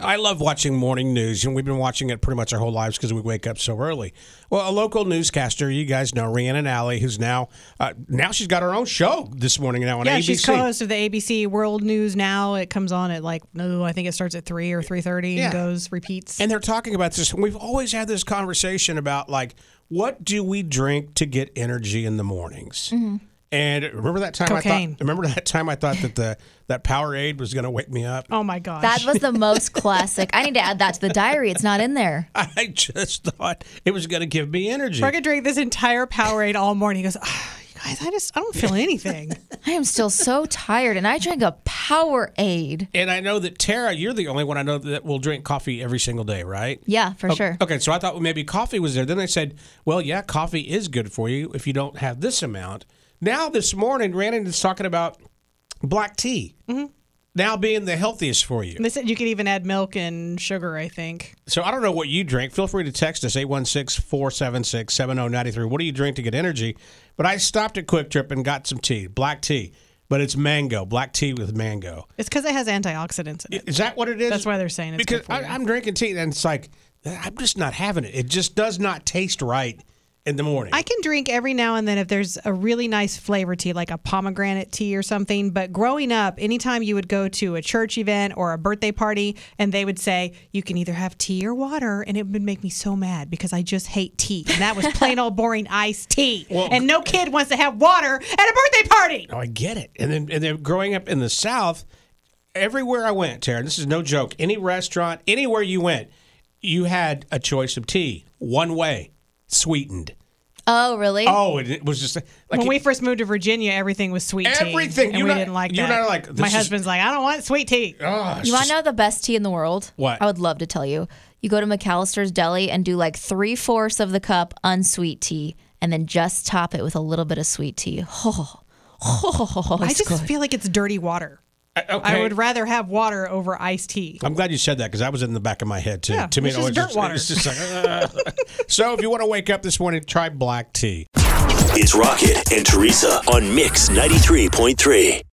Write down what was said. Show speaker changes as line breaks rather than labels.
I love watching morning news, and we've been watching it pretty much our whole lives because we wake up so early. Well, a local newscaster, you guys know Rhiannon Alley, who's now uh, now she's got her own show this morning now on
yeah,
ABC.
she's co-host of the ABC World News now. It comes on at like no, I think it starts at three or three thirty
Yeah.
and goes repeats.
and they're talking about this. We've always had this conversation about like, what do we drink to get energy in the mornings? And remember that time I
Mm-hmm. Cocaine.
thought. Remember that time I thought that the that Powerade was going to wake me up.
oh my gosh,
That was the most classic. I need to add that to the diary. It's not in there.
I just thought it was going to give me energy.
I could drink this entire Powerade all morning. He goes, "Ah, you guys, I just I don't feel anything.
I am still so tired, and I drank a Powerade.
And I know that Tara, you're the only one I know that will drink coffee every single day, right?
Yeah, for sure.
Okay, so I thought maybe coffee was there. Then they said, well, yeah, coffee is good for you if you don't have this amount. Now, this morning, Randon is talking about black tea
Mm-hmm.
now being the healthiest for you.
they said you could even add milk and sugar. I think
So I don't know what you drink. Feel free to text us 816 476 7093. What do you drink to get energy? But I stopped at Quick Trip and got some tea, black tea, but it's mango, black tea with mango.
it's because it has antioxidants in it.
Is that what it is?
That's why they're saying it's
because
good for
I,
you.
I'm drinking tea and it's like I'm just not having it. It just does not taste right in the morning.
I can drink every now and then if there's a really nice flavor tea, like a pomegranate tea or something. But growing up, anytime you would go to a church event or a birthday party, and they would say, you can either have tea or water. And it would make me so mad because I just hate tea. And that was plain old boring iced tea. and no kid wants to have water at a birthday party.
oh, I get it. And then and then growing up in the South, everywhere I went, Taryn, this is no joke. Any restaurant, anywhere you went, you had a choice of tea, one way, sweetened.
Oh, really?
Oh, and it was just like
When we first moved to Virginia, everything was sweet tea.
Everything.
And
You're
we
not-
didn't like
you're
that.
not like, this
My
is- Oh,
husband's like, I don't want sweet tea.
you want to know the best tea in the world?
What?
I would love to tell you. You go to McAllister's Deli and do like three fourths of the cup unsweet tea, and then just top it with a little bit of sweet tea. Oh, oh
I
it's
just
good.
feel like it's dirty water.
Uh, okay.
I would rather have water over iced tea.
I'm glad you said that because I was in the back of my head too.
Yeah,
to me,
it's
it was
just dirt
just,
water.
It's just like, ugh. so if you want to wake up this morning, try black tea.
It's Rocket and Teresa on Mix 93.3.